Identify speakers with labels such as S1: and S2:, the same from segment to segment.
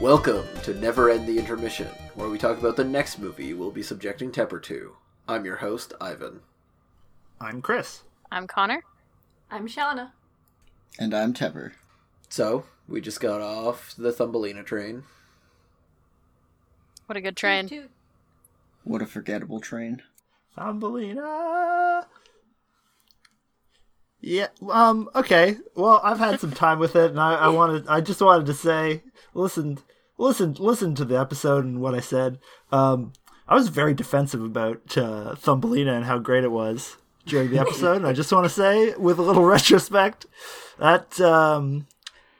S1: Welcome to Never End the Intermission, where we talk about the next movie we'll be subjecting Tepper to. I'm your host, Ivan.
S2: I'm Chris.
S3: I'm Connor.
S4: I'm Shauna.
S5: And I'm Tepper.
S1: So, we just got off the Thumbelina train.
S3: What a good train.
S4: Toot, toot.
S5: What a forgettable train.
S2: Thumbelina. Yeah. Um. Okay. Well, I've had some time with it, and I, I wanted. I just wanted to say, listen, listen, listen to the episode and what I said. Um. I was very defensive about uh, Thumbelina and how great it was during the episode. and I just want to say, with a little retrospect, that um,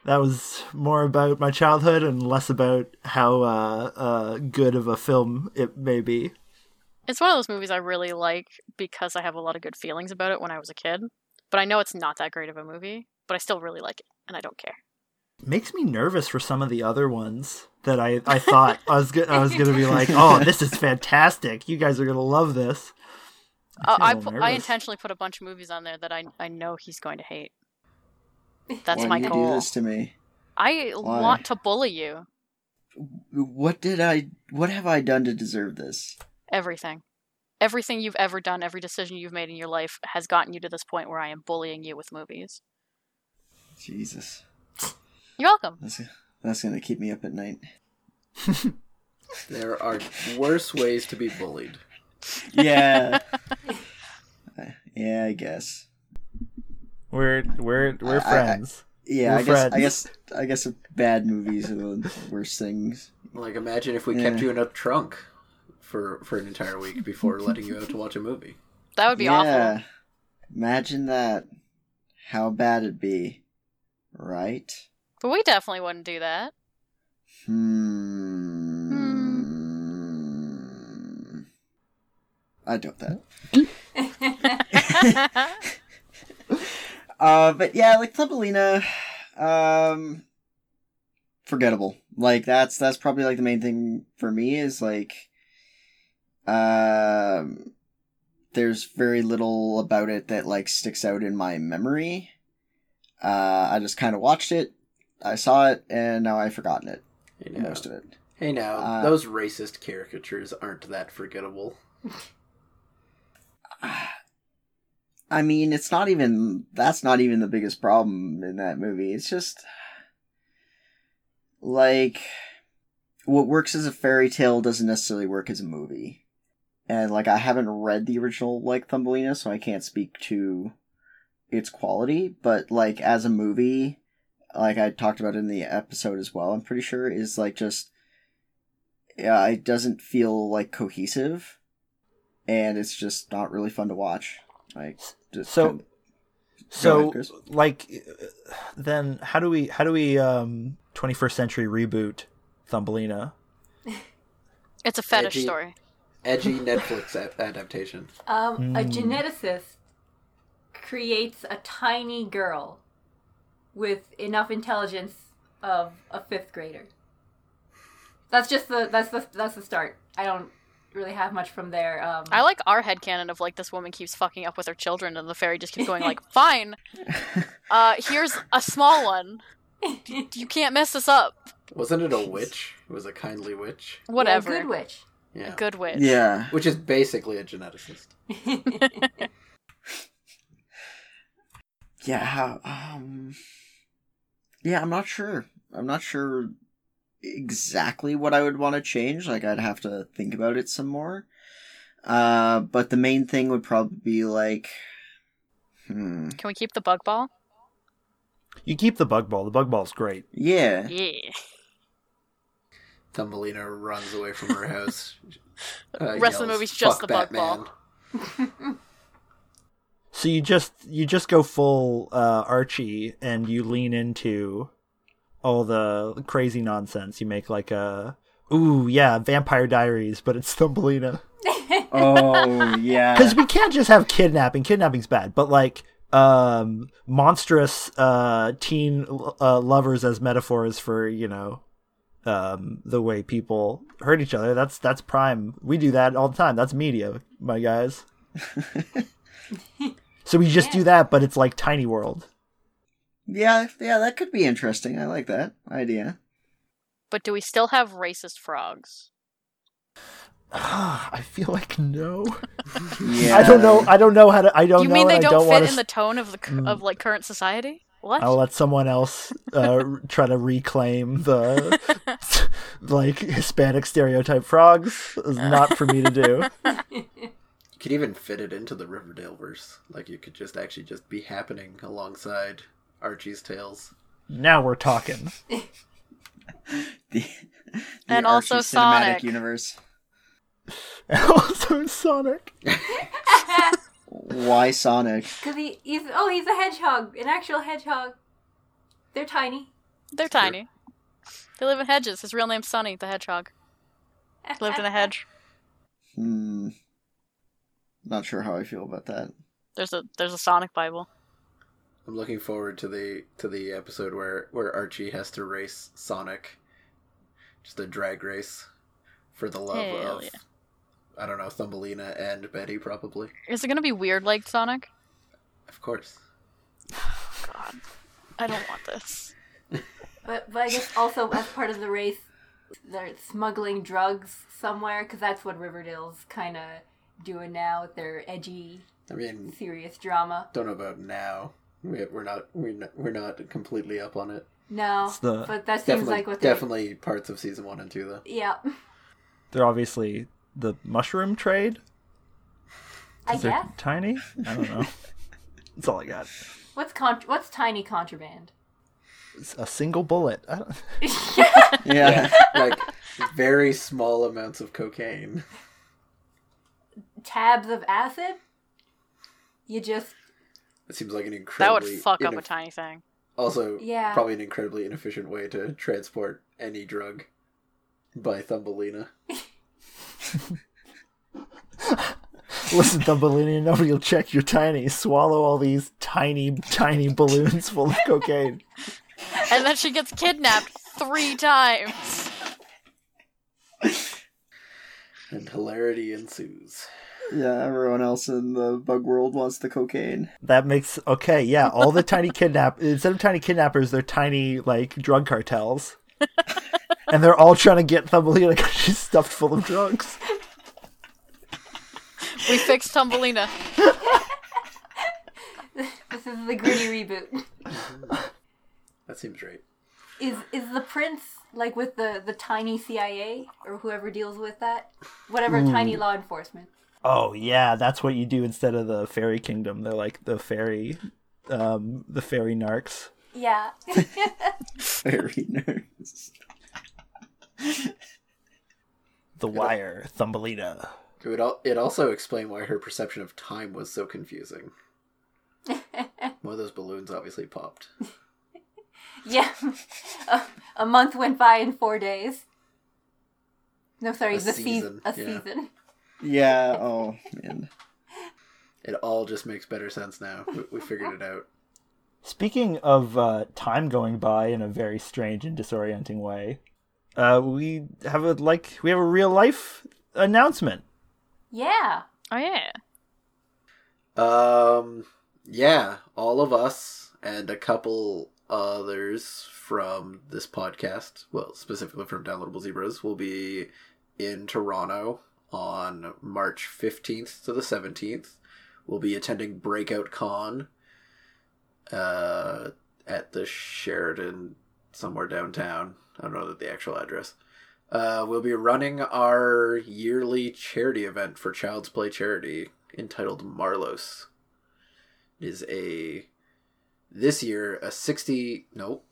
S2: that was more about my childhood and less about how uh, uh, good of a film it may be.
S3: It's one of those movies I really like because I have a lot of good feelings about it when I was a kid. But I know it's not that great of a movie, but I still really like it and I don't care.
S2: makes me nervous for some of the other ones that I, I thought I was go- I was gonna be like, oh, this is fantastic. You guys are gonna love this.
S3: Uh,
S2: feel
S3: I,
S2: a little
S3: pu- I
S2: nervous.
S3: intentionally put a bunch of movies on there that I, I know he's going to hate. That's
S5: Why
S3: my
S5: you do
S3: goal.
S5: this to me?
S3: I
S5: Why?
S3: want to bully you.
S5: What did I? What have I done to deserve this?
S3: Everything. Everything you've ever done, every decision you've made in your life has gotten you to this point where I am bullying you with movies.
S5: Jesus,
S3: You're welcome.
S5: that's that's gonna keep me up at night.
S1: There are worse ways to be bullied.
S5: Yeah. yeah, I guess.
S2: We're we're we're
S5: I- I-
S2: friends.
S5: Yeah,
S2: We're
S5: I guess. I
S2: friends.
S5: guess. I guess bad movies are the worst things.
S1: Like, imagine if we kept
S5: Yeah.
S1: you in a trunk for for an entire week before letting you out to watch a movie.
S3: That would be awful.
S5: Imagine that. How bad it'd be, right?
S3: But we definitely wouldn't do that. Hmm.
S5: Hmm. I doubt that. Uh, but yeah, like Thumbelina, um, forgettable. Like that's that's probably like the main thing for me is like, um, there's very little about it that like sticks out in my memory. Uh, I just kind of watched it, I saw it, and now I've forgotten it
S1: Hey now,
S5: most of it.
S1: hey now
S5: Uh,
S1: those racist caricatures aren't that forgettable.
S5: I mean, it's not even that's not even the biggest problem in that movie. It's just like what works as a fairy tale doesn't necessarily work as a movie. And like I haven't read the original like Thumbelina, so I can't speak to its quality, but like as a movie, like I talked about in the episode as well, I'm pretty sure is like just yeah, it doesn't feel like cohesive and it's just not really fun to watch. Like just
S2: So-
S5: kinda- Go
S2: so
S5: ahead, Chris.
S2: like, uh, then how do we how do we um 21st century reboot Thumbelina?
S3: it's a fetish
S1: Edgy.
S3: story.
S1: Edgy Netflix a- adaptation.
S4: Um, A
S2: Mm.
S4: geneticist creates a tiny girl with enough intelligence of a fifth grader. That's just the that's the that's the start. I don't really have much from there. Um,
S3: I like our headcanon of like this woman keeps fucking up with her children and the fairy just keeps going like, "Fine. Uh here's a small one. You can't mess this up."
S1: Wasn't it a witch? It was a kindly witch.
S3: Whatever.
S4: Good witch.
S1: Yeah.
S3: A good witch.
S5: Yeah.
S1: Which is basically a geneticist.
S5: Yeah. how- Um, yeah, I'm not sure. I'm not sure exactly what I would want to change. Like, I'd have to think about it some more. Uh, but the main thing would probably be like, hmm,
S3: Can we keep the bug ball?
S2: You keep the bug ball. The bug ball's great.
S5: yeah,
S3: Yeah.
S1: Thumbelina runs away from her house. uh,
S3: Rest
S1: yells,
S3: of the movie's just
S1: "Fuck
S3: the bug ball."
S1: Batman."
S2: So you just you just go full uh, Archie and you lean into all the crazy nonsense. You make like a ooh yeah Vampire Diaries, but it's Thumbelina
S5: oh yeah,
S2: because we can't just have kidnapping. Kidnapping's bad, but like um monstrous uh teen uh, lovers as metaphors for you know um the way people hurt each other that's that's prime we do that all the time that's media my guys so we just do that but it's like tiny world
S5: yeah, yeah. That could be interesting. I like that idea.
S3: but do we still have racist frogs?
S2: I feel like no.
S5: Yeah.
S2: I don't know. I don't know how to. I don't
S3: you
S2: know.
S3: mean they
S2: and I
S3: don't,
S2: don't
S3: fit
S2: want
S3: in the tone of the cur-
S2: Mm.
S3: of like current society? What?
S2: I'll let someone else uh, try to reclaim the like Hispanic stereotype frogs. It's not for me to do.
S1: You could even fit it into the Riverdale verse. Like it could just actually just be happening alongside Archie's tales.
S2: Now we're talking.
S5: The, the
S3: And also
S5: Archie
S3: Sonic.
S5: Cinematic Universe.
S2: also Sonic.
S5: Why Sonic?
S4: Because he, he's oh he's a hedgehog, an actual hedgehog. They're tiny.
S3: They're tiny. They live in hedges. His real name's Sonny the Hedgehog. Lived in a hedge.
S5: Hmm. Not sure how I feel about that.
S3: There's a there's a Sonic Bible.
S1: I'm looking forward to the to the episode where where Archie has to race Sonic, just a drag race, for the love
S3: Hell
S1: of
S3: yeah.
S1: I don't know Thumbelina and Betty probably.
S3: Is it gonna be weird like Sonic?
S1: Of course,
S3: God, I don't want this.
S4: But but I guess also as part of the race, they're smuggling drugs somewhere because that's what Riverdale's kind of doing now with their edgy,
S1: I mean
S4: serious drama.
S1: don't know about now. We- We're not we're not, we're not completely up on it.
S4: No,
S2: It's the-
S4: but that seems
S1: Definitely
S4: like what they
S1: definitely parts of season one and two though.
S4: yeah.
S2: They're obviously the mushroom trade.
S4: I
S2: 'cause they're
S4: guess
S2: tiny. I don't know. That's all I got.
S4: what's con- what's tiny contraband?
S2: It's a single bullet. I don't...
S5: Yeah.
S1: like very small amounts of cocaine.
S4: Tabs of acid. You just
S1: It seems like an
S3: That
S1: incredibly
S3: would fuck up
S1: ineff-
S3: a tiny thing.
S1: Also,
S4: Yeah.
S1: probably an incredibly inefficient way to transport any drug by Thumbelina.
S2: Listen, Thumbelina, nobody will check your tiny. Swallow all these tiny, tiny balloons full of cocaine.
S3: And then she gets kidnapped three times.
S1: And hilarity ensues.
S5: yeah, everyone else in the bug world wants the cocaine.
S2: That makes okay. Yeah, all the tiny kidnap instead of tiny kidnappers, they're tiny like drug cartels, and they're all trying to get Thumbelina because she's stuffed full of drugs.
S3: We fixed Tumbelina.
S4: this is the gritty reboot.
S1: That seems right.
S4: Is is the prince like with the the tiny CIA or whoever deals with that, whatever tiny law enforcement?
S2: Oh yeah, that's what you do instead of the fairy kingdom. They're like the fairy, um, the fairy narcs.
S4: Yeah,
S5: Very nervous.
S2: The Wire, Thumbelina.
S1: It would al- it also explain why her perception of time was so confusing. One of those balloons obviously popped.
S4: yeah. a, a month went by in four days. No, sorry,
S1: A
S4: the season.
S1: season,
S4: a
S1: yeah.
S4: season.
S5: Yeah, oh man.
S1: It all just makes better sense now. We, we figured it out.
S2: Speaking of uh, time going by in a very strange and disorienting way, uh, we have a like we have a real life announcement.
S4: Yeah.
S3: Oh yeah.
S1: Um, yeah, all of us and a couple others from this podcast, well, specifically from Downloadable Zebras, will be in Toronto on March 15th to the 17th. We'll be attending Breakout Con uh, at the Sheridan somewhere downtown. I don't know the actual address. Uh, we'll be running our yearly charity event for Child's Play Charity entitled Marlos. It is a this year a sixty nope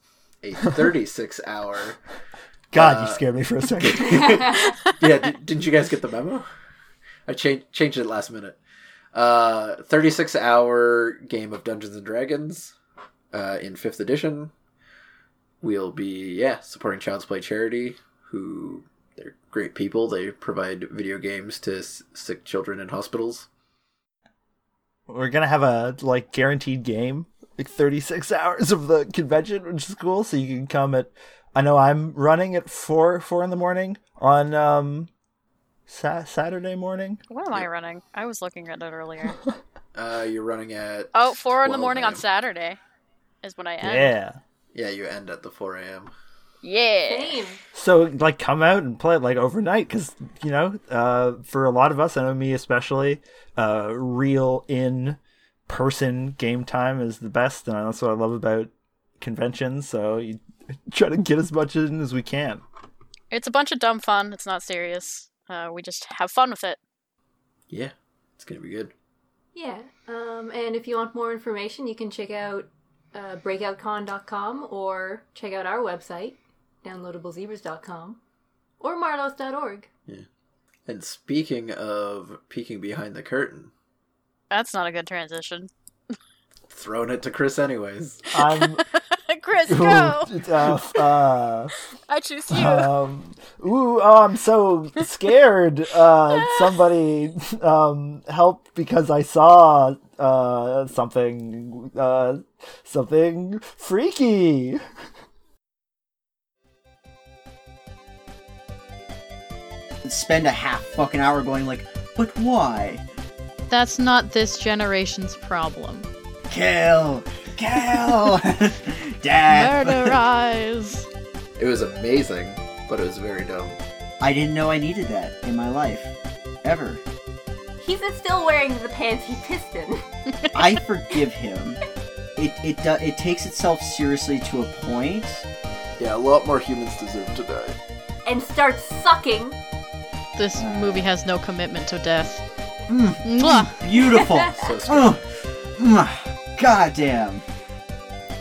S1: a thirty six hour
S2: God,
S1: Uh,
S2: you scared me for a second.
S1: yeah, di- didn't you guys get the memo? I changed changed it last minute. Uh, thirty six hour game of Dungeons and Dragons, uh, in fifth edition. We'll be yeah supporting Child's Play charity, who they're great people. They provide video games to s- sick children in hospitals.
S2: We're gonna have a like guaranteed game, like thirty six hours of the convention, which is cool. So you can come at. I know I'm running at four four in the morning on um, sa- Saturday morning.
S3: What am I running? I was looking at it earlier.
S1: Uh, you're running at
S3: Oh, four in the
S1: 12
S3: morning on
S1: a.m..
S3: Saturday is when I end.
S2: Yeah.
S1: Yeah, you end at the four a.m.
S3: Yeah.
S4: Same.
S2: So like come out and play it like overnight because you know uh, for a lot of us, I know me especially, uh, real in person game time is the best, and that's what I love about conventions. So you try to get as much in as we can.
S3: It's a bunch of dumb fun. It's not serious. Uh, we just have fun with it.
S1: Yeah, it's gonna be good.
S4: Yeah. Um, and if you want more information, you can check out uh, breakoutcon.com or check out our website, downloadablezebras.com or marlos.org.
S1: And speaking of peeking behind the curtain,
S3: That's not a good transition.
S1: throwing it to Chris anyways.
S2: I'm
S3: Chris, go.
S2: It's, uh, uh,
S3: I choose you.
S2: um, ooh, oh, I'm so scared. Uh, somebody um, help because I saw uh, something, uh, something freaky.
S5: Spend a half fucking hour going like, but why?
S3: That's not this generation's problem.
S5: Kill! Kill! Death!
S3: Murderize.
S1: It was amazing, but it was very dumb.
S5: I didn't know I needed that in my life. Ever.
S4: He's still wearing the pants he pissed in.
S5: I forgive him. It, it, do, it takes itself seriously to a point.
S1: Yeah, a lot more humans deserve to die.
S4: and starts sucking.
S3: this movie has no commitment to death.
S5: Mm,
S3: Mwah.
S5: beautiful!
S1: So scary.
S5: oh, mm, goddamn.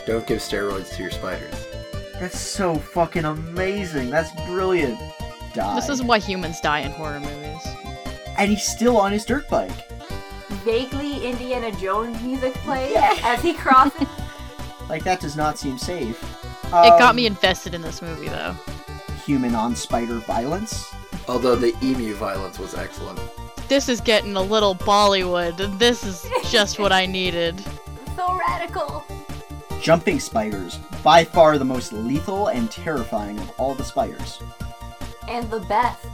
S1: Don't give steroids to your spiders.
S5: That's so fucking amazing. That's brilliant. Die.
S3: This is why humans die in horror movies.
S5: and he's still on his dirt bike.
S4: Vaguely Indiana Jones music plays as he crosses.
S5: Like that does not seem safe.
S3: it got
S5: Um,
S3: me invested in this movie, though.
S5: human on spider violence.
S1: Although the emu violence was excellent.
S3: This is getting a little Bollywood. This is just what I needed.
S4: so radical.
S5: Jumping spiders, by far the most lethal and terrifying of all the spiders.
S4: And the best.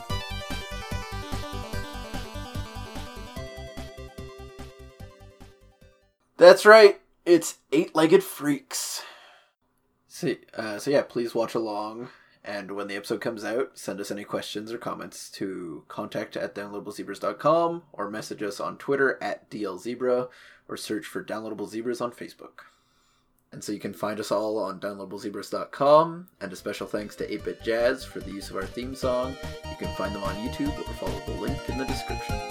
S1: That's right. It's eight-legged freaks. So, uh, so yeah, please watch along. And when the episode comes out, send us any questions or comments to contact at downloadablezebras.com or message us on Twitter at DLZebra or search for Downloadable Zebras on Facebook. And so you can find us all on downloadablezebras.com. And a special thanks to 8-Bit Jazz for the use of our theme song. You can find them on YouTube or follow the link in the description.